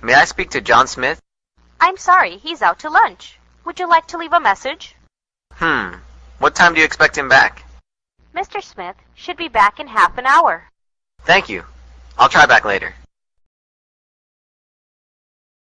May I speak to John Smith? I'm sorry, he's out to lunch. Would you like to leave a message? Hmm. What time do you expect him back? Mr. Smith should be back in half an hour. Thank you. I'll try back later.